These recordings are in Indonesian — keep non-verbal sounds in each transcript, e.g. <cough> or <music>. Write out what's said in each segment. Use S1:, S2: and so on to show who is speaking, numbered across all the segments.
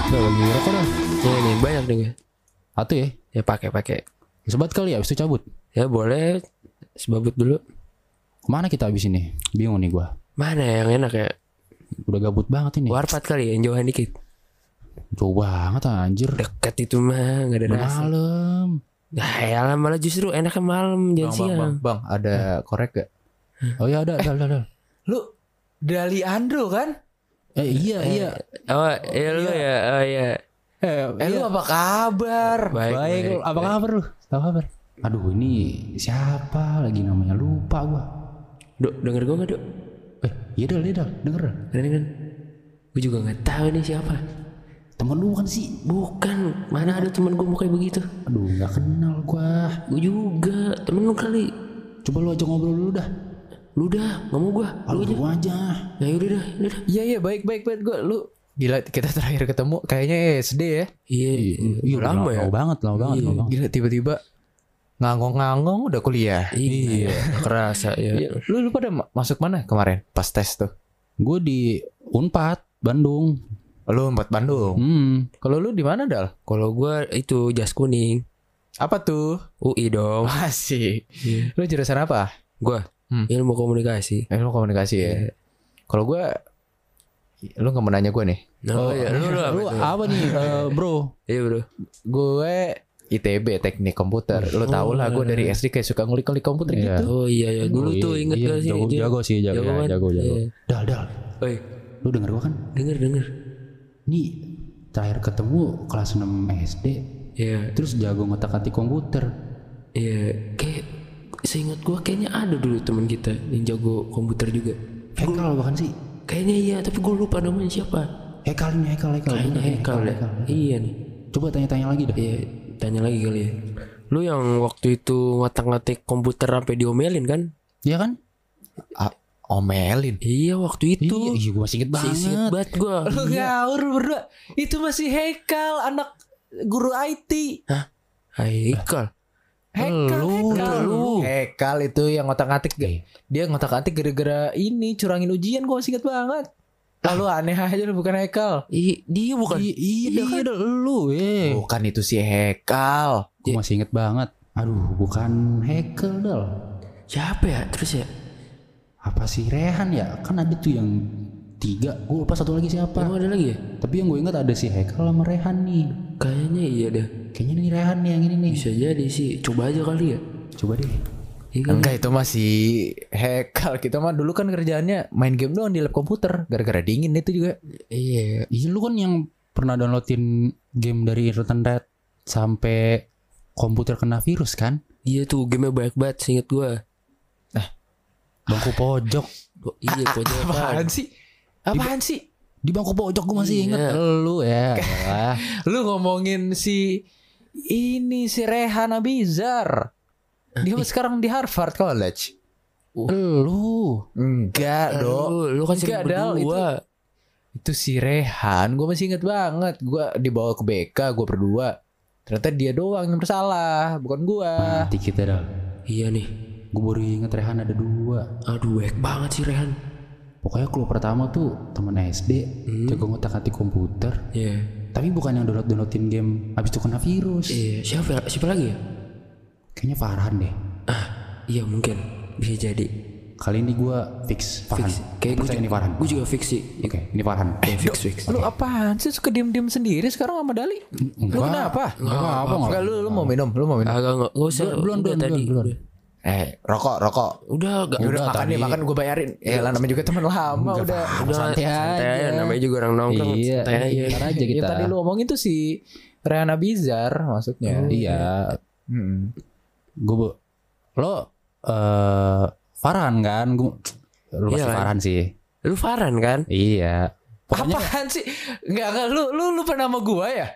S1: apa dah?
S2: Ya, ini banyak nih guys.
S1: Satu ya.
S2: Ya pakai pakai.
S1: Sebat kali ya, habis itu cabut.
S2: Ya boleh sebabut dulu.
S1: Kemana kita habis ini? Bingung nih gua.
S2: Mana yang enak ya?
S1: Udah gabut banget ini.
S2: Warpat kali ya, yang jauhan dikit.
S1: Jauh banget anjir.
S2: Dekat itu mah nggak ada
S1: Udah
S2: rasa.
S1: Malam.
S2: Nah, ya lah, malah justru enaknya malam jangan
S3: bang,
S2: siang.
S3: bang,
S1: Bang, ada korek gak? Oh ya ada, ada, ada. ada.
S3: Lu dari Andro kan?
S1: Eh, iya, iya.
S2: Oh, ya lu ya, oh ya.
S1: Eh,
S3: Eh lu apa kabar?
S2: Baik,
S1: Baik, lu, apa kabar lu? Apa kabar? Aduh, ini siapa lagi namanya? Lupa gua.
S2: Dok, denger gue nggak dok?
S1: Eh, iya dal, iya dal, denger Dal.
S2: Keren kan? Gue juga nggak tahu nih siapa.
S1: Temen lu kan sih?
S2: Bukan, mana ada teman gue mukanya begitu?
S1: Aduh, nggak kenal gua.
S2: Gue juga, temen lu kali.
S1: Coba lu aja ngobrol dulu dah.
S2: Lu dah, nggak mau gue.
S1: Lu aja. aja.
S2: Ya udah dah, udah dah.
S3: Iya iya baik baik baik gue lu gila kita terakhir ketemu kayaknya SD ya.
S2: Iya,
S1: Iya,
S2: iya, lama ya.
S1: Lama banget, lama banget, lama banget.
S3: Gila tiba-tiba ngangong-ngangong udah kuliah.
S2: Iya, kerasa ya.
S3: Iya, Lu lu pada ma- masuk mana kemarin pas tes tuh?
S1: Gue di Unpad, Bandung.
S3: Lu empat Bandung.
S1: Hmm.
S3: Kalau lu di mana Dal?
S2: Kalau gue itu jas kuning,
S3: Apa tuh?
S2: UI dong.
S3: Masih.
S2: Iya.
S3: Lu jurusan apa?
S2: Gue
S3: Hmm.
S2: ilmu komunikasi.
S3: Ilmu komunikasi ya. Kalau gue lu nggak mau nanya gue nih.
S2: Nah, oh, iya. lu lu apa?
S1: Lu
S2: tuh?
S1: apa nih, eh, bro?
S2: Iya bro.
S3: Gue ITB teknik komputer. Lu tau lah gue dari SD kayak suka ngulik-ngulik komputer
S1: Iya.
S3: gitu.
S2: Oh iya ya dulu
S1: Oh, iya,
S2: tuh inget
S1: iya,
S2: gak sih?
S1: jago,
S2: Jul?
S1: jago sih, jago,
S2: Jago
S1: ya,
S2: kan?
S1: jago, jago.
S2: Iya.
S1: Dal, dal.
S2: Oi,
S1: Lu denger gua kan?
S2: denger denger.
S1: Nih, terakhir ketemu kelas 6 SD.
S2: Iya
S1: Terus jago ngotak-atik komputer.
S2: iya. Kayak seingat gua kayaknya ada dulu teman kita yang jago komputer juga.
S1: Hekal bahkan kan sih.
S2: Kayaknya iya tapi gua lupa namanya siapa.
S1: Hekal nih, Hekal, Hekal.
S2: Kayaknya
S1: Bener,
S2: Hekal ya. Iya nih.
S1: Coba tanya-tanya lagi dah.
S2: Iya tanya lagi kali ya. Lu yang waktu itu ngotak-ngatik komputer sampai diomelin kan?
S1: Iya kan?
S3: Ah, omelin.
S2: Iya
S1: Iya,
S2: waktu itu.
S1: iya gua masih inget banget.
S2: Sisi banget gua.
S3: Lu ngawur berdua. Itu masih Hekal anak guru IT.
S2: Hai Hekal.
S3: Hekal,
S1: Lu,
S3: Hekal.
S1: lu.
S3: Hekal itu yang ngotak-ngatik. Dia ngotak-ngatik gara-gara ini curangin ujian gua masih inget banget. Lalu aneh aja lu bukan Hekal.
S2: Ih, dia bukan.
S1: Iya, iya, dah, kan? lu, eh.
S2: Iya.
S3: Bukan itu si Hekal.
S1: Gue masih inget banget. Aduh, bukan Hekel dal.
S2: Siapa ya? Terus ya?
S1: Apa sih Rehan ya? Kan ada tuh yang tiga. Gue lupa satu lagi siapa.
S2: Emang ada lagi ya?
S1: Tapi yang gue inget ada si Hekel sama Rehan nih.
S2: Kayaknya iya dah.
S1: Kayaknya nih Rehan nih yang ini nih.
S2: Bisa jadi sih. Coba aja kali ya.
S1: Coba deh.
S2: Iya kan?
S3: Enggak itu masih Hekal. Kita mah dulu kan kerjaannya main game doang di lab komputer. Gara-gara dingin itu juga.
S2: Iya.
S1: Iya lu kan yang pernah downloadin game dari internet sampai komputer kena virus kan?
S2: Iya tuh game banyak banget seinget gua. <laughs>
S1: Bangku pojok.
S2: Oh, iya pojok
S3: Apaan sih? Apaan sih?
S1: Di bangku pojok gue masih inget.
S2: Iya.
S1: Lu
S2: <laughs>
S1: ya. elah.
S3: Lu ngomongin si ini si Rehan Abizar. Dia sekarang di Harvard College.
S1: Lu.
S3: Enggak dong.
S2: Lu, lu kan sering
S3: Enggak, Dal, itu-
S2: berdua.
S3: Itu si Rehan, gue masih inget banget. Gue dibawa ke BK, gue berdua. Ternyata dia doang yang bersalah, bukan gue.
S2: Ah.
S1: Mati kita dal.
S2: Iya nih.
S1: Gue baru inget Rehan ada dua.
S2: Aduh, banyak banget sih Rehan.
S1: Pokoknya clue pertama tuh temen SD
S2: Hmm.
S1: jago ngotak atik komputer
S2: Iya.
S1: Tapi bukan yang download-downloadin game abis itu kena virus
S2: Iya, siapa siapa lagi ya?
S1: Kayaknya Farhan deh
S2: Ah, iya mungkin bisa jadi.
S1: Kali ini gua fix Farhan
S2: Fix. Kayak gue
S1: Percaya ini
S2: juga,
S1: Farhan
S2: gue juga fix sih.
S1: Oke ini Farhan
S2: Eh, fix fix.
S3: Lu apaan sih suka diem-diem sendiri sekarang sama Dali? Lu
S1: Enggak.
S3: kenapa?
S1: Enggak apa-apa,
S3: Enggak, lu, lu mau minum, lu mau minum.
S2: Agak enggak enggak usah.
S1: Belum
S2: udah
S1: belum
S2: tadi.
S1: belum belum
S3: Eh, rokok, rokok.
S2: Udah enggak
S3: Ya udah makan deh, makan gue bayarin. Eh, lah namanya juga teman lama udah.
S2: udah
S1: santai aja.
S2: namanya juga orang nongkrong.
S1: Iya
S2: santai aja.
S1: Ntar aja
S3: Yang
S1: kita
S3: Ya, tadi lu omongin tuh si Rehan Abizar maksudnya.
S1: Iya
S3: Mm-mm.
S1: Gue Lo eh Farhan kan gua, Lu pasti
S2: Iya, kan?
S1: Farhan sih
S2: Lu Farhan kan?
S1: Iya Pokoknya
S3: Apaan sih? Enggak, enggak lu lu lupa nama gua ya?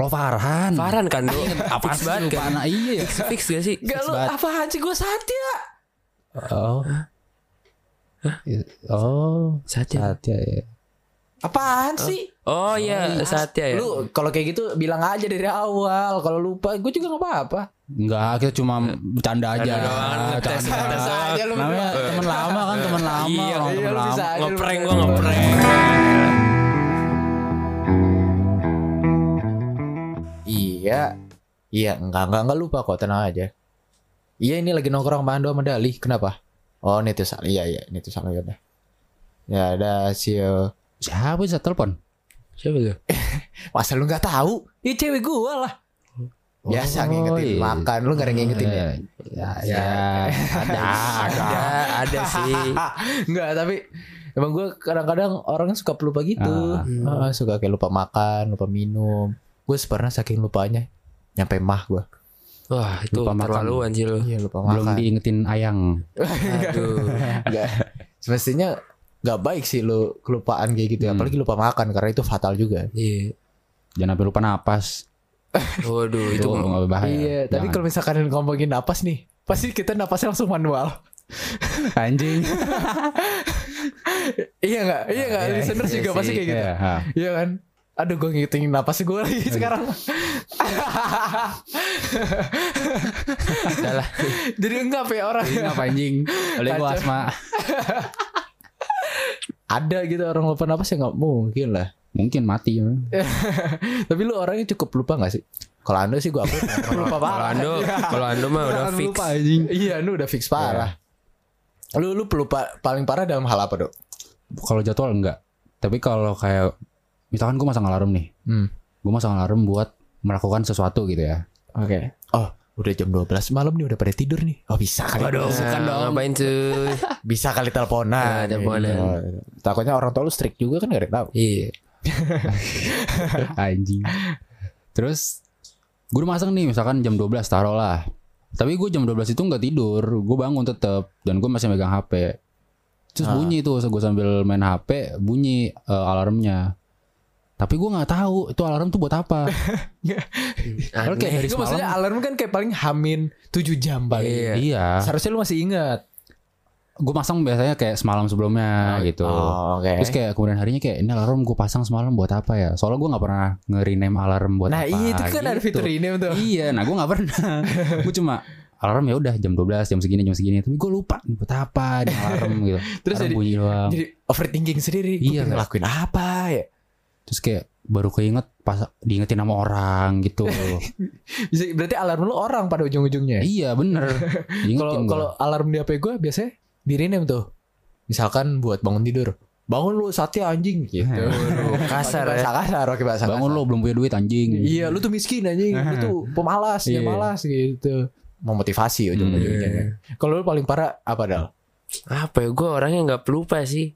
S1: Lo Farhan
S2: Farhan kan lu.
S1: Apa Iya,
S2: Fix
S1: sih
S2: banget
S1: lupa
S2: kan?
S1: anak iya
S2: Fix fix gak sih?
S3: Enggak lu
S1: banget.
S3: apaan sih gua Satya?
S1: Oh Oh
S2: Satya.
S1: Satya ya
S3: Apaan sih?
S2: Oh iya,
S1: Eh.
S2: Satya ya.
S3: Lu kalau kayak gitu bilang aja dari awal. Kalau lupa gue juga nggak apa-apa.
S1: Enggak, kita cuma bercanda aja. Bercanda.
S3: Tes aja lu
S1: Namanya teman lama kan, teman lama,
S2: Iya,
S1: orang
S3: iya,
S1: teman
S3: lu bisa
S1: lama.
S3: aja lu
S2: Ngeprank
S3: berdua.
S2: gua ngeprank.
S3: Iya. Iya, enggak, enggak, enggak lupa kok, tenang aja. Iya, ini lagi nongkrong sama Ando sama Dali. Kenapa? Oh, ini tuh salah. Iya, iya, ini tuh salah ya. udah. Ya, ada si
S1: Siapa bisa telepon?
S2: Siapa tuh?
S3: Masa lu nggak tahu? Ya cewek gua lah. Biasa
S2: Oh,
S3: ngingetin
S2: iya.
S3: makan, lu nggak ada ngingetin ya?
S1: Ya, ya. ada, <laughs> ada.
S2: ada, ada
S1: <laughs>
S2: sih.
S3: Enggak, Ah, tapi emang gue kadang-kadang orang suka pelupa gitu.
S2: Ah.
S3: Ah, suka kayak lupa makan, lupa minum. Gue pernah saking lupanya nyampe mah gue.
S2: Wah, itu
S1: Lupa makan.
S2: terlaluan sih lu.
S3: Iya, lupa
S1: Belum
S3: <laughs> makan.
S1: diingetin ayang.
S2: Aduh.
S3: Enggak. Semestinya nggak baik sih lu kelupaan kayak gitu,
S1: Hmm.
S3: apalagi lupa makan karena itu fatal juga.
S2: Iya.
S1: Jangan sampai lupa napas.
S2: Waduh,
S1: Itu
S2: itu
S1: nggak berbahaya.
S3: Iya, tapi kalau misalkan ngomongin napas nih, pasti kita napasnya langsung manual.
S1: <laughs> anjing.
S3: iya nggak? Iya nggak?
S2: iya,
S3: Listeners
S2: iya
S3: juga
S2: sih.
S3: pasti kayak gitu.
S1: Iya, ha.
S3: Iya kan? Aduh gue ngitungin napas gue lagi sekarang.
S2: salah.
S3: Jadi enggak ya orang.
S1: Ini apa anjing? Oleh gua
S3: Kacau.
S1: asma.
S3: Ada gitu orang lupa napas ya nggak mungkin lah.
S1: Mungkin mati. ya.
S3: Tapi lu orangnya cukup lupa gak sih? Kalau anda sih gue <laughs> aku lupa
S2: Kalau
S3: parah.
S2: Ando, kalau Ando mah udah
S1: Jangan
S2: fix.
S1: lupa, anjing.
S3: Iya, lu udah fix parah. Lu lu pelupa paling parah dalam hal apa dok?
S1: Kalau jadwal enggak. Tapi kalau kayak misalkan gua masang alarm nih.
S3: Hmm.
S1: Gua masang alarm buat melakukan sesuatu gitu ya.
S3: Oke. Oh, udah jam 12 malam nih udah pada tidur nih. Oh, bisa kali.
S2: Aduh, bukan dong. Ngapain cuy?
S3: Bisa kali
S2: Ah,
S3: teleponan.
S2: teleponan.
S3: Iya. Takutnya orang tua lu strict juga kan gak ada yang tahu.
S2: Iya.
S1: <laughs> anjing. Terus gue udah masang nih misalkan jam 12 taruh lah. Tapi gue jam 12 itu nggak tidur, gue bangun tetap dan gue masih megang HP. Terus
S3: Ah.
S1: bunyi tuh gue sambil main HP bunyi eh, alarmnya. Tapi gue nggak tahu itu alarm tuh buat
S3: <laughs>
S1: apa. Padahal kayak
S2: Aneh.
S1: dari
S3: Itu maksudnya
S1: semalam.
S3: alarm kan kayak paling hamin 7 jam paling.
S2: Iya.
S1: Iya,
S3: Seharusnya lu masih ingat.
S1: gue masang biasanya kayak semalam sebelumnya gitu.
S3: Oh, oke.
S1: Terus kayak kemudian harinya kayak ini alarm gue pasang semalam buat apa ya? Soalnya gue nggak pernah nge-rename alarm buat
S3: Nah,
S1: apa.
S3: iya itu kan ada
S1: gitu.
S3: fitur ini tuh.
S1: iya nah gue nggak
S3: <laughs>
S1: pernah gue cuma alarm ya udah jam 12 jam segini jam segini tapi gue lupa nih buat apa di
S3: <laughs>
S1: alarm gitu
S3: Terus
S1: terus alarm
S3: jadi-
S1: bunyi doang
S3: Jadi overthinking sendiri.
S1: Iya,
S3: Iya,
S1: kan?
S3: ngelakuin apa ya?
S1: terus kayak baru keinget pas diingetin sama orang
S3: <laughs>
S1: gitu
S3: Bisa, berarti alarm lu orang pada ujung-ujungnya.
S1: iya bener Diingetin
S3: Kalau
S1: gua.
S3: kalau alarm di HP gue biasanya di rename tuh. Misalkan buat bangun tidur. Bangun lu saatnya anjing gitu.
S1: Eh,
S2: Waduh, kasar
S3: Pakai
S2: ya.
S3: bahasa kasar, pakai bahasa
S1: bangun
S3: kasar.
S1: lo belum punya duit anjing
S3: Iya, lu tuh miskin anjing, lu tuh pemalas,
S1: Iya.
S3: dia malas gitu. Memotivasi ujung-ujungnya.
S2: Hmm.
S3: Kalau lu paling parah apa dal?
S2: Apa ya? Gue orangnya nggak pelupa sih.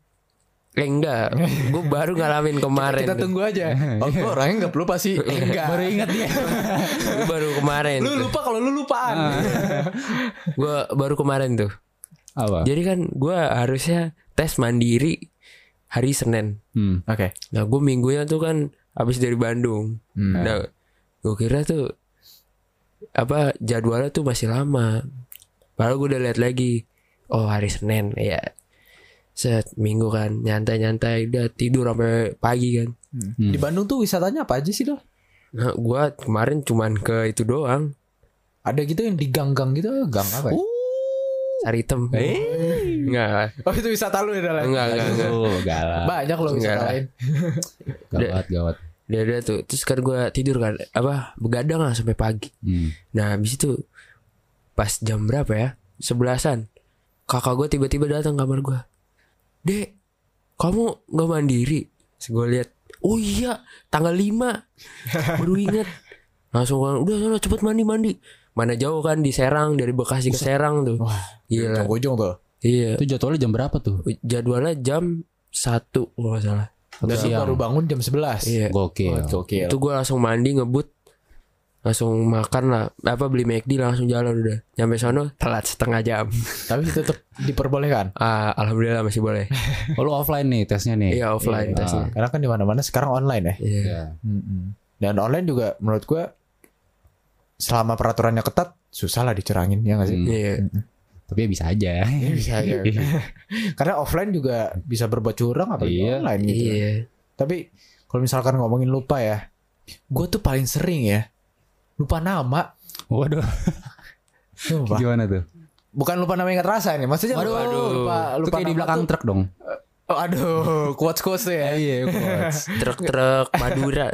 S2: Eh, enggak, gue baru ngalamin kemarin.
S3: <laughs> Kita tunggu <laughs> aja. Oh, gue orangnya nggak lupa sih. Enggak. Baru ingat dia.
S2: Gua baru kemarin.
S3: lu lupa kalau lu lupaan.
S2: Gue baru kemarin tuh.
S1: apa
S3: Iya.
S2: Jadi kan gue harusnya tes mandiri hari Senin.
S1: hmm.
S3: Oke.
S2: Nah gue minggunya tuh kan abis dari Bandung.
S3: Hmm.
S2: Nah gue kira tuh apa jadwalnya tuh masih lama. Padahal gue udah lihat lagi. Oh hari Senin ya. Set minggu kan nyantai-nyantai udah tidur sampai pagi kan.
S3: Di Bandung tuh wisatanya apa aja sih dal?
S2: Nah gue kemarin cuman ke itu doang.
S3: Ada gitu yang di gang-gang gitu, gang apa? ya?
S2: Cari item. Enggak,
S3: Oh itu wisata lu ya Dal?
S2: enggak, enggak, enggak.
S1: Aduh, <laughs> galak
S3: Banyak loh wisata
S2: Enggak.
S3: lain.
S1: gawat gawat
S2: Udah, udah tuh. Terus kan gue tidur kan, apa begadang lah sampai pagi.
S1: hmm.
S2: Nah habis itu pas jam berapa ya? Sebelasan. Kakak gue tiba-tiba datang kamar gue. Dek, kamu nggak mandiri? Gue lihat, oh iya, tanggal 5 baru inget. Langsung kan, udah sana cepet mandi mandi. Mana jauh kan di Serang dari Bekasi ke Serang tuh.
S3: Wah,
S2: Gila.
S3: ujung tuh.
S2: Iya.
S1: itu jadwalnya jam berapa tuh
S2: Jadwalnya jam satu kalau nggak salah.
S1: Satu
S3: Dan lu
S1: siang
S3: baru bangun jam 11
S2: Iya.
S1: gokil
S3: Oke.
S2: Itu gue langsung mandi ngebut langsung makan lah apa beli McD langsung jalan udah nyampe sono telat setengah jam
S3: Tapi tetap diperbolehkan.
S2: Ah, alhamdulillah masih boleh
S1: oh, lu offline nih tesnya nih
S2: iya offline
S1: Iya.
S2: tesnya
S3: Karena kan di mana-mana sekarang online ya.
S2: iya
S1: Iya.
S3: Dan online juga menurut gua selama peraturannya ketat susah lah dicurangin ya nggak <laughs> sih?
S1: Hmm.
S2: iya
S1: tapi ya bisa aja
S3: Ya, bisa aja. <laughs> Karena offline juga bisa berbuat curang apa
S1: Iya.
S3: online gitu.
S2: iya
S3: Tapi kalau misalkan ngomongin lupa ya, gue tuh paling sering ya lupa nama.
S1: <laughs> waduh
S3: Sumpah.
S1: gimana tuh
S3: Bukan lupa nama yang gak terasa nih, maksudnya
S2: Waduh,
S3: lupa,
S2: waduh.
S3: lupa,
S1: Itu
S3: lupa
S1: kayak di
S3: nama
S1: belakang
S3: tuh-
S1: truk dong
S3: Oh, aduh, <laughs> quotes quotes ya. <laughs>
S1: iya
S2: truk-truk Madura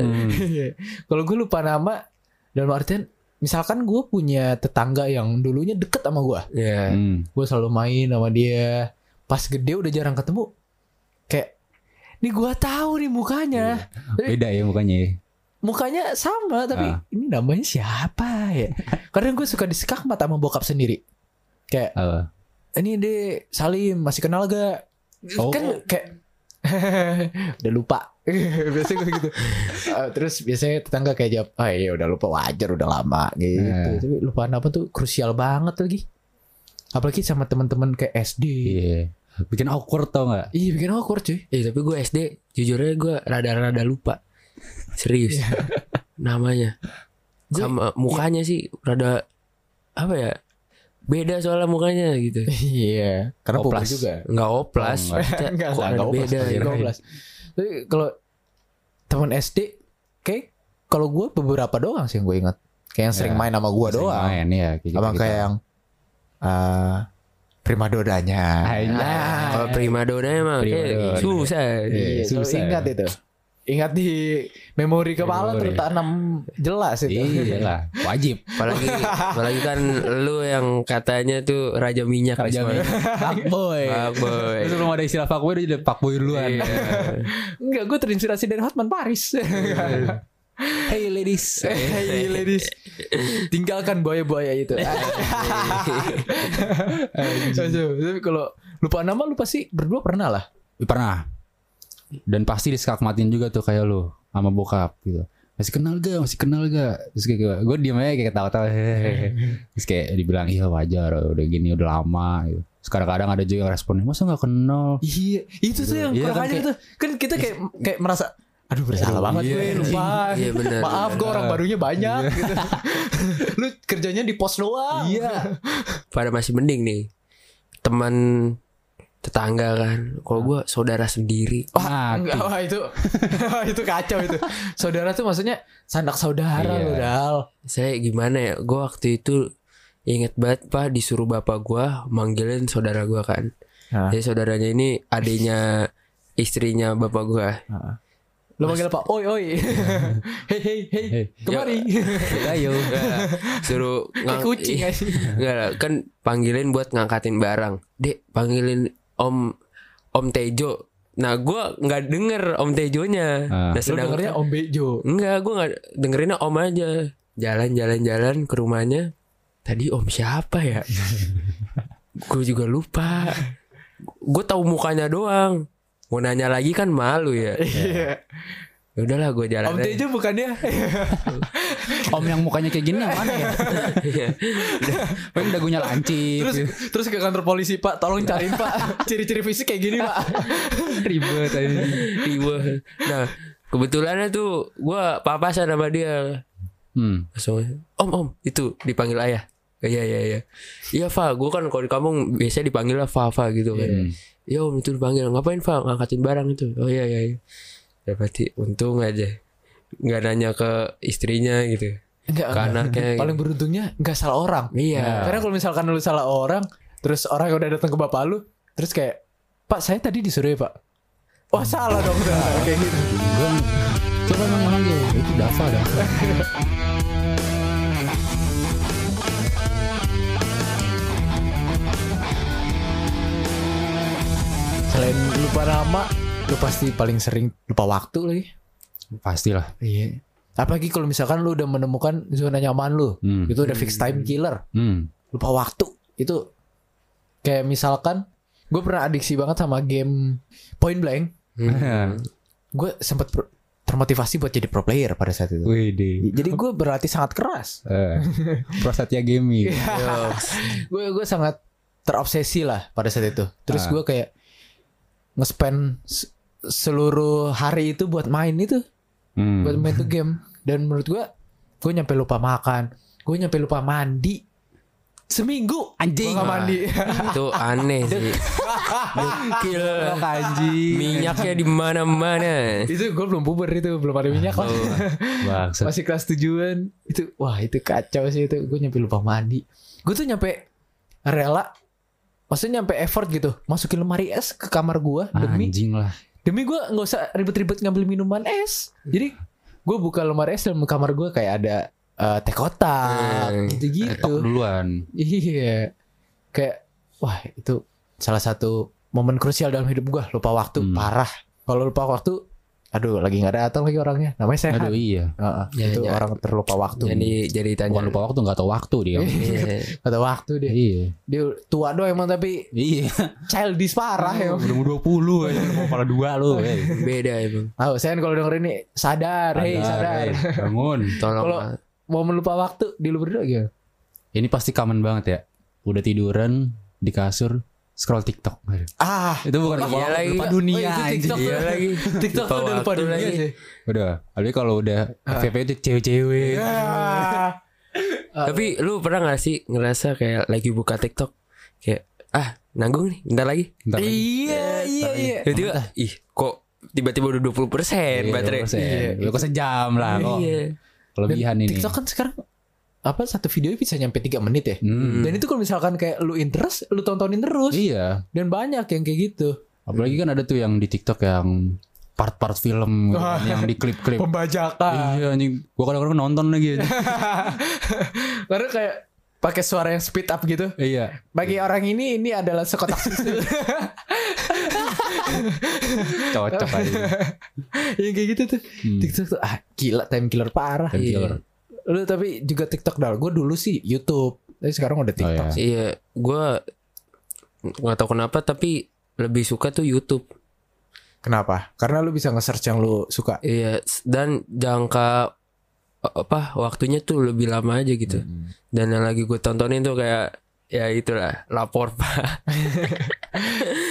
S3: Kalau gue Iya. lupa nama Dalam artian misalkan gue punya tetangga yang dulunya deket sama gue.
S2: ya
S1: Hmm.
S3: Gue selalu main sama dia. Pas gede udah jarang ketemu. Kayak ini gue tahu nih mukanya.
S1: Beda ya mukanya ya.
S3: Mukanya sama tapi
S1: Ah.
S3: ini namanya siapa
S1: <laughs>
S3: ya? Kadang gue suka disekakmat sama bokap sendiri. Kayak
S1: Apa?
S3: ini deh Salim masih kenal gak?
S1: Oh.
S3: Kan kayak <laughs> udah lupa. <laughs> biasanya gue gitu. Eh, terus biasanya tetangga kayak jawab, "Ah iya udah lupa wajar udah lama." gitu.
S1: Eh.
S3: Tapi lupaan apa tuh krusial banget lagi. Apalagi sama teman-teman kayak SD.
S1: Iya. Bikin awkward tau gak?
S3: Iya bikin awkward cuy. <laughs>
S2: Eh, tapi gue SD jujurnya gue rada-rada lupa serius namanya
S3: Iya. Gua- iya.
S2: sama mukanya sih rada apa ya beda soalnya mukanya gitu
S3: Iya, karena
S1: Oplas.
S3: puber juga.
S2: nggak oplas
S1: Oh,
S3: <laughs>
S2: maksudnya kok
S3: Enggak, enggak,
S2: ada
S3: enggak oplas,
S2: beda
S3: enggak
S2: gitu.
S3: oplas. Tapi kalau teman SD kayak kalau gue beberapa doang sih yang gue ingat. Kayak yang sering
S1: Ya,
S3: main sama gue
S1: Sering
S3: doang.
S1: Main ya. Kayak
S3: Abang
S1: gitu-gitu.
S3: kayak yang eh prima dodanya.
S1: Aiyah.
S3: Nah,
S2: kalau primadona emang
S1: Primadona.
S2: kayak susah
S3: iya,
S1: susah
S3: selalu
S1: ya.
S3: ingat itu. Ingat di memori kepala
S1: Memori.
S3: tertanam jelas itu.
S1: Iya lah. Wajib.
S2: apalagi apalagi kan lu yang katanya tuh raja minyak
S1: Raja
S2: Ismail.
S1: Minyak. Fuckboy.
S2: Fuckboy.
S1: Terus belum ada istilah fuckboy udah jadi fuckboy duluan.
S2: Iya.
S3: Enggak, gue terinspirasi dari Hotman <laughs> Paris.
S1: hey ladies.
S3: hey ladies, tinggalkan buaya-buaya <laughs> itu. Tapi kalau lupa nama lu pasti berdua pernah lah.
S1: Pernah. Dan pasti diskakmatin juga tuh kayak lu sama bokap gitu. Masih kenal gak? Masih kenal gak? Terus kayak gue, gue diem aja kayak ketawa-tawa. hehehe. Terus kayak dibilang iya wajar udah gini udah lama gitu. Terus kadang-kadang ada juga yang responnya masa gak kenal?
S3: Iya, itu tuh yang
S1: Iya,
S3: kurang
S1: kan
S3: aja
S1: kayak-
S3: tuh. Kan kita kayak kayak merasa aduh bersalah banget
S1: iya,
S3: gue lupa.
S2: Iya, bener,
S3: Maaf
S2: bener.
S3: gue orang barunya banyak gitu. <laughs> Lu kerjanya di pos doang.
S1: Iya.
S2: pada masih mending nih teman tetangga kan kalau gue saudara sendiri
S1: Wah,
S3: Enggak, wah itu <laughs> itu kacau itu. Saudara tuh maksudnya sanak saudara
S1: Iya.
S3: lu Dal.
S2: saya gimana ya gue waktu itu inget banget pak disuruh bapak gue manggilin saudara gue kan
S3: Hah?
S2: jadi saudaranya ini adiknya istrinya bapak gue
S3: Lu manggil apa? Oi <laughs> oi. hei hei hei.
S1: Hey.
S3: eh, Kemari.
S1: kita
S2: <laughs>
S1: yuk.
S2: suruh
S3: Kayak kucing
S2: Iya.
S3: aja. <laughs>
S2: Enggak lah, kan panggilin buat ngangkatin barang. Dek, panggilin Om Om Tejo. Nah, gua nggak denger Om Tejonya.
S1: Ah.
S2: Nah,
S3: Lu dengernya Om Bejo.
S2: enggak, gua nggak dengerinnya Om aja. Jalan-jalan-jalan ke rumahnya. Tadi Om siapa ya? gue juga lupa. Gue tahu mukanya doang. Mau nanya lagi kan malu ya.
S3: <laughs> Iya.
S2: Ya Udahlah gue jalan.
S3: Om ya?
S2: aja.
S3: Tejo <laughs> bukannya
S1: Om yang mukanya kayak gini yang mana ya?
S2: Iya.
S1: Pengen dagunya lancip.
S3: terus terus ke kantor polisi Pak, tolong cariin Pak. <laughs> Ciri-ciri fisik kayak gini Pak.
S1: ribet aja.
S2: Iya. Nah, kebetulannya tuh gua papasan sama dia.
S1: Hmm.
S2: langsung om om itu dipanggil ayah iya iya iya iya fa gue kan kalau di kampung biasanya dipanggil lah fa fa gitu
S1: Hmm.
S2: kan iya om itu dipanggil ngapain fa ngangkatin barang itu oh iya iya iya ya berarti untung aja nggak nanya ke istrinya gitu
S3: Enggak,
S2: Ke anaknya, gitu.
S3: <laughs> Paling beruntungnya nggak salah orang.
S2: Iya.
S3: Karena kalau misalkan lu salah orang, terus orang yang udah datang ke bapak lu, terus kayak, Pak saya tadi disuruh ya Pak. Wah salah dong <laughs> udah kayak gitu.
S1: Gue coba emang orang dia itu Dava Dava.
S3: Selain lupa nama, lu pasti paling sering lupa waktu lagi.
S1: Pastilah.
S3: Iya. Apalagi kalau misalkan lu udah menemukan zona nyaman lu,
S1: Hmm.
S3: itu udah fixed time killer.
S1: <laughs> Hmm.
S3: Lupa waktu itu kayak misalkan gue pernah adiksi banget sama game Point Blank. Gue sempat termotivasi buat jadi pro player pada saat itu.
S1: Wih deh.
S3: Jadi gue berlatih sangat keras.
S1: Prosatya Eh, gaming.
S3: Gue gue sangat terobsesi lah pada saat itu. Terus
S1: Ah.
S3: gue kayak nge-spend se- seluruh hari itu buat main itu,
S1: Hmm.
S3: buat main tuh game. Dan menurut gue, gue nyampe lupa makan, gue nyampe lupa mandi. Seminggu
S1: Anjing.
S3: gua nggak mandi. <laughs>
S2: itu aneh sih gokil
S1: Anjing.
S2: minyaknya di mana mana
S3: itu gue belum puber itu, belum ada minyak lah.
S1: Bangsat.
S3: <laughs> Masih kelas tujuan itu, wah itu kacau sih itu. Gue nyampe lupa mandi. Gue tuh nyampe rela, maksudnya nyampe effort gitu, masukin lemari es ke kamar gue demi
S1: Anjing lah.
S3: demi gue nggak usah ribet-ribet ngambil minuman es jadi gue buka lemari es dalam kamar gue kayak ada eh, teh kotak
S1: Eh,
S2: Hmm.
S1: Tok
S3: gitu-gitu
S1: duluan.
S3: iya kayak wah itu salah satu momen krusial dalam hidup gua lupa waktu
S1: Hmm.
S3: parah kalau lupa waktu aduh lagi nggak datang lagi orangnya namanya sehat
S1: Aduh iya.
S3: Heeh,
S2: Ya,
S3: itu
S2: ya.
S3: orang terlupa waktu
S2: jadi jadi tanya
S1: Bukan lupa waktu nggak tahu waktu dia.
S2: Iya.
S3: kata waktu dia
S1: iya.
S3: dia tua doang emang tapi
S1: Iya.
S3: childish parah
S2: Hmm.
S3: ya
S1: Udah mau 20 ya. Mau kepala dua lu. eh.
S2: beda emang
S3: tahu saya kalau denger ini sadar, hei
S1: eh.
S3: sadar
S1: Bangun.
S2: tolong
S3: Kalau-
S2: Pak.
S3: mau melupa waktu di lu berdua
S2: <laughs>
S3: gitu
S1: Ini pasti common banget ya. Udah tiduran di kasur scroll TikTok. Aduh.
S3: ah
S1: Itu bukan lupa,
S2: iya lagi.
S1: lupa
S2: Oh,
S1: dunia
S3: itu
S1: anjing.
S3: TikTok.
S2: iya lagi
S3: TikTok
S2: Lupa
S3: tuh udah lupa
S2: waktu
S3: dunia
S2: lagi.
S3: sih
S1: Udah, tapi kalau udah FVP itu cewek-cewek.
S2: tapi lu pernah gak sih ngerasa kayak lagi buka tiktok kayak ah nanggung nih bentar lagi
S1: Bentar lagi.
S2: iya iya iya tiba-tiba ih kok tiba-tiba udah 20% baterai
S1: Iya,
S3: Iya.
S1: Kok sejam lah Nah, kok.
S2: iya
S1: Kelebihan ini.
S3: TikTok kan sekarang apa satu video bisa nyampe 3 menit ya
S1: Hmm.
S3: dan itu kalau misalkan kayak lu interest lu tontonin terus
S1: Iya,
S3: dan banyak yang kayak gitu
S1: apalagi kan ada tuh yang di TikTok yang part-part film gitu kan, yang di klip-klip.
S3: <laughs> pembajakan
S1: Iya anjing, gua kadang-kadang nonton lagi. anjing.
S3: karena kayak pakai suara yang speed up gitu
S1: iya.
S3: bagi orang ini ini adalah sekotak susu
S1: Cocok aja.
S3: <laughs> yang kayak gitu tuh
S1: Hmm.
S3: TikTok tuh ah gila time killer parah Iya.
S1: Time killer.
S3: lu tapi juga TikTok dal gue dulu sih YouTube tapi sekarang udah TikTok
S1: Oh,
S3: sih.
S2: iya gue nggak tahu kenapa tapi lebih suka tuh YouTube
S3: kenapa karena lu bisa nge-search yang lu suka
S2: Iya, s- dan jangka a- apa waktunya tuh lebih lama aja gitu.
S1: Hmm.
S2: Dan yang lagi gue tontonin tuh kayak ya itulah lapor pak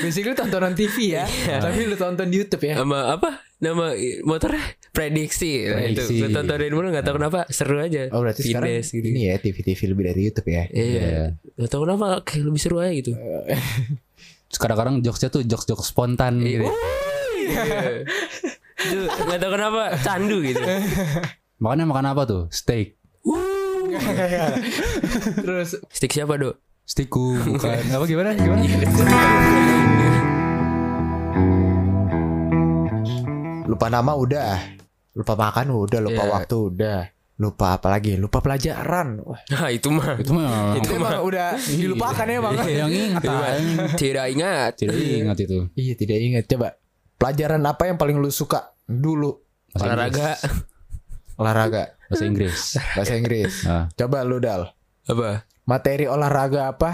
S3: basically tontonan TV ya tapi lu tonton di YouTube ya
S2: nama apa nama i- motornya prediksi, Nah, itu
S1: Prediksi.
S2: gue tontonin mulu nggak tahu kenapa seru aja
S3: oh berarti sekarang
S2: Pindes gitu.
S3: ini ya TV TV lebih dari YouTube ya
S1: Iya.
S2: iya nggak tahu kenapa kayak lebih seru aja gitu
S1: Terus kadang-kadang jokesnya tuh jokes-jokes spontan gitu.
S2: Iya. itu nggak tahu kenapa candu gitu
S1: Makannya makan apa tuh? Steak.
S3: terus
S2: stick siapa do
S1: Steakku bukan Iya. apa gimana? Gimana?
S3: lupa nama udah lupa makan udah lupa
S2: Iya.
S3: waktu udah lupa apa lagi lupa pelajaran Wah,
S2: nah itu mah
S1: Itu mah
S3: itu emang udah dilupakan ya bang
S1: <laughs> yang ingat anjing.
S2: tidak ingat
S1: Tidak ingat itu.
S3: iya tidak ingat coba pelajaran apa yang paling lu suka dulu
S1: Bahasa Inggris.
S2: olahraga
S3: olahraga
S1: Bahasa
S3: <laughs>
S1: Inggris.
S3: bahasa Inggris
S1: Ah.
S3: coba lu dal
S2: apa
S3: materi olahraga apa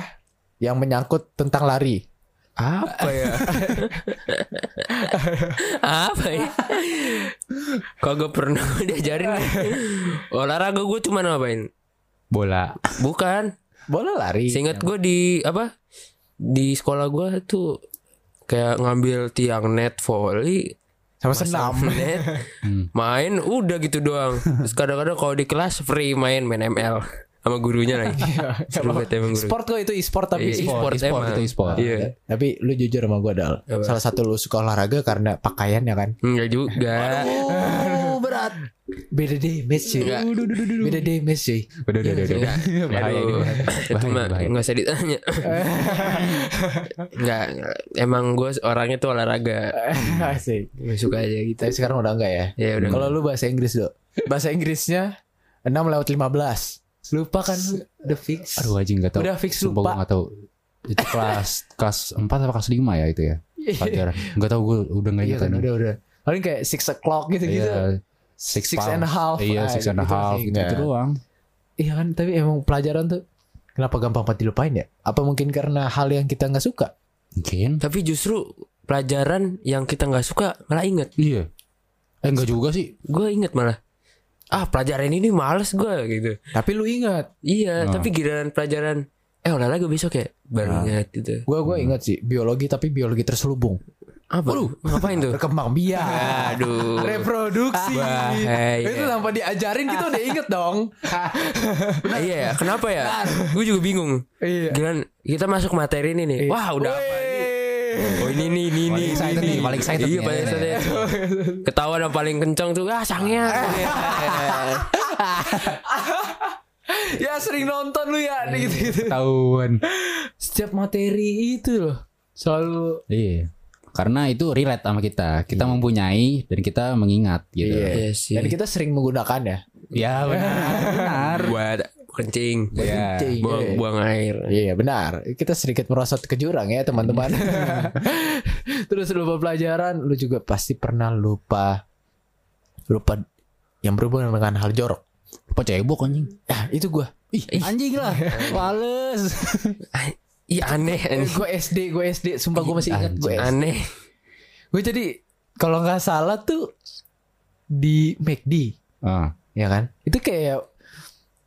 S3: yang menyangkut tentang lari
S2: apa ya <laughs> apa ya kagak pernah <laughs> diajarin olahraga gue cuma ngapain
S1: Bola.
S2: bukan
S3: bola lari
S1: Iya.
S2: seingat gue di apa di sekolah gue tuh kayak ngambil tiang net volley
S3: sama
S2: pasang
S3: senam
S2: net
S1: <laughs>
S2: main udah gitu doang terus kadang-kadang kalau di kelas free main main ML sama gurunya lagi seru banget emang guru
S3: sport kok itu e-sport tapi
S1: Iya.
S2: Iya,
S1: e-sport, e-sport,
S2: emang.
S1: itu e-sport.
S2: iya
S3: tapi lu jujur sama gue dal
S2: Apa?
S3: salah satu lu suka olahraga karena pakaiannya kan
S2: enggak juga
S3: Oh berat. Beda deh match cuy.
S2: Enggak.
S3: Duh, duh, duh, duh, duh. Beda deh match cuy.
S1: Udah, udah, udah, udah.
S3: Iya,
S2: Enggak.
S1: Bahaya ini,
S2: Aduh,
S1: bahaya.
S2: itu
S1: Bahaya,
S2: mah
S1: bahaya.
S2: nggak usah
S1: <laughs>
S2: ditanya. Enggak, emang gue orangnya tuh olahraga,
S3: Asik.
S2: Gua suka aja gitu.
S3: Tapi sekarang udah enggak ya.
S2: Ya udah.
S3: Kalau lu bahasa Inggris dok. Bahasa Inggrisnya 6 lewat 15. Lupa kan lu? udah fix.
S1: Aduh anjing gak tau
S3: Udah fix
S1: Sumpah gue
S3: lupa.
S1: gak tau Itu kelas Kelas 4 apa kelas 5 ya itu ya
S3: <laughs>
S1: Pelajaran Gak tau gue udah gak
S3: Iya
S1: ingat
S3: kan
S1: anjing.
S3: udah udah. Paling kayak 6 o'clock gitu-gitu.
S1: Iya
S3: Six,
S1: pounds.
S3: and a half.
S1: Iya
S3: Ah,
S1: six and a
S3: gitu-gitu
S1: half
S3: sih.
S1: Gitu,
S3: Nah.
S1: doang
S3: Iya kan tapi emang pelajaran tuh Kenapa gampang banget dilupain ya? Apa mungkin karena hal yang kita nggak suka?
S1: Mungkin
S2: Tapi justru pelajaran yang kita nggak suka malah inget.
S1: Iya Eh gak juga sih
S2: Gue inget malah. Ah pelajaran ini males gue gitu.
S3: Tapi lu ingat,
S2: Iya,
S1: Nah.
S2: tapi giliran pelajaran eh olahraga besok ya baru
S1: Ah.
S2: ingat gitu.
S3: gue gue ingat sih biologi tapi biologi terselubung,
S2: Apa?
S1: Oh.
S2: ngapain tuh?
S3: berkembang biak.
S2: Aduh.
S3: reproduksi
S2: Bahaya.
S3: itu tanpa diajarin kita udah inget dong
S2: Iya ya, kenapa ya? Gue juga bingung.
S3: iya
S2: Giliran kita masuk materi ini nih. Wah, udah apa ini? Oh ini nih ini ini
S1: Iya. Paling excited nih, paling excited
S2: iya
S1: nih.
S2: paling excited ketahuan yang paling kencang tuh ah sangnya
S3: ya sering nonton lu ya gitu gitu
S1: Tahun
S3: setiap materi itu loh selalu
S1: Iya Karena itu relate sama kita. Kita mempunyai dan kita mengingat gitu.
S2: Iya sih.
S3: Dan kita sering menggunakannya.
S1: Ya benar, benar.
S2: buat kencing,
S1: Iya.
S3: Kencing.
S2: buang, buang air.
S3: Iya benar. Kita sedikit merosot ke jurang ya teman-teman. <laughs> Terus lupa pelajaran, lu juga pasti pernah lupa lupa yang berhubungan dengan hal jorok.
S1: Apa cebok anjing?
S3: Ah, itu gua.
S1: Ih, anjing lah. Males.
S2: Ah, Iya aneh,
S3: Eh,
S2: aneh,
S3: Gua SD, gua SD, sumpah gua masih ingat
S1: ya.
S3: gua. SD.
S2: aneh.
S3: Gua jadi kalau nggak salah tuh di McD,
S1: Ah,
S3: ya kan? Itu kayak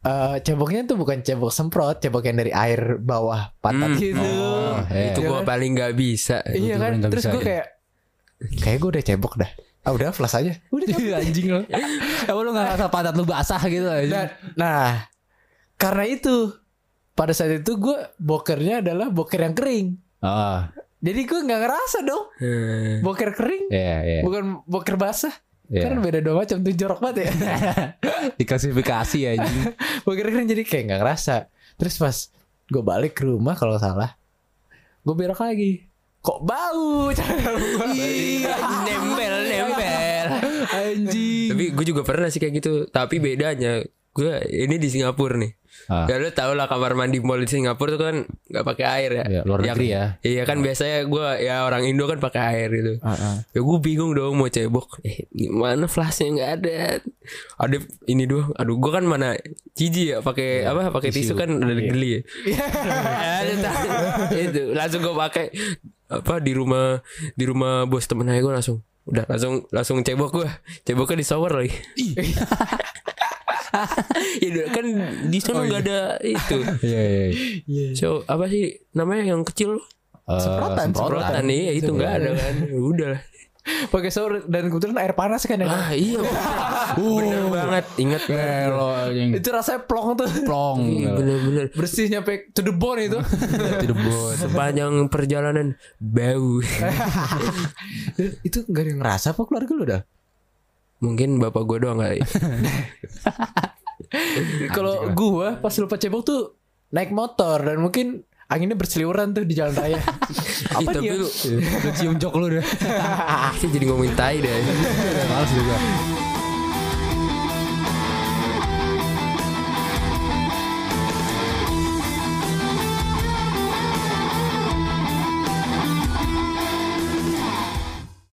S3: eh, ceboknya tuh bukan cebok semprot, cebok yang dari air bawah pantat
S2: Hmm.
S3: gitu.
S1: Oh, eh.
S2: Itu
S3: Iya
S2: gua
S3: kan?
S2: paling nggak bisa.
S3: Iya
S1: Itu
S3: kan?
S1: kan nggak
S3: Terus
S1: bisa,
S3: gue
S1: ya.
S3: kayak kayak gue udah cebok dah. Ah udah flash aja. Iya, Udah cabut.
S1: anjing lo. Apa lu enggak ngerasa pantat lu basah gitu
S3: Dan-
S1: anjing?
S3: nah, karena itu pada saat itu gue bokernya adalah boker yang kering.
S1: Ah,
S3: Jadi gue nggak ngerasa dong
S2: Hmm.
S3: boker kering
S1: iya iya.
S3: bukan boker basah.
S1: Iya.
S3: Karena beda dua macam tuh jorok banget ya.
S2: <laughs>
S1: Diklasifikasi anjing.
S3: boker kering jadi kayak nggak ngerasa. Terus pas gue balik ke rumah kalau salah, gue berak lagi. Kok bau? <laughs>
S1: Iya,
S2: nempel, nempel.
S1: anjing.
S2: Tapi gue juga pernah sih kayak gitu. Tapi bedanya gue ini di Singapura nih.
S1: Ah.
S2: Ya lu tau lah kamar mandi mall di Singapura tuh kan nggak pakai air ya.
S1: Ya, luar negeri ya.
S2: Iya kan biasanya gue ya orang Indo kan pakai air gitu. Ya gue bingung dong mau cebok. Eh gimana flashnya nggak ada. Ada ini doang. Aduh gue kan mana cici ya pakai apa pakai
S1: tisu.
S2: tisu. kan udah geli. ya. Ada tahu. itu langsung gue pakai apa di rumah di rumah bos temen aja gue langsung udah langsung langsung cebok gue ceboknya di shower lagi <laughs> ya udah, kan di sana nggak ada itu
S1: Iya iya.
S2: so apa sih namanya yang kecil
S1: Eh,
S3: Semprotan,
S1: semprotan.
S2: rotan iya itu nggak ada kan Ya udah lah
S3: Pakai sahur dan kebetulan air panas kan ya.
S2: ah <laughs> iya bener banget ingat ya.
S1: Eh, lo anjing. Iya.
S3: itu rasanya plong tuh
S1: Plong.
S2: bener-bener
S3: bersih nyampe to the bone
S2: <laughs>
S3: itu
S1: Cirebon.
S2: sepanjang perjalanan bau
S3: itu nggak ada yang ngerasa apa keluarga lu dah
S2: mungkin bapak gue doang kali
S3: kalau gua pas lupa cebok tuh naik motor dan mungkin anginnya berseliweran tuh di jalan raya
S2: Ih,
S3: apa
S2: <laughs> tapi
S3: dia
S2: lu <laughs>
S1: Lu cium jok lu deh.
S2: ah, sih jadi ngomongin tai deh
S1: Males juga.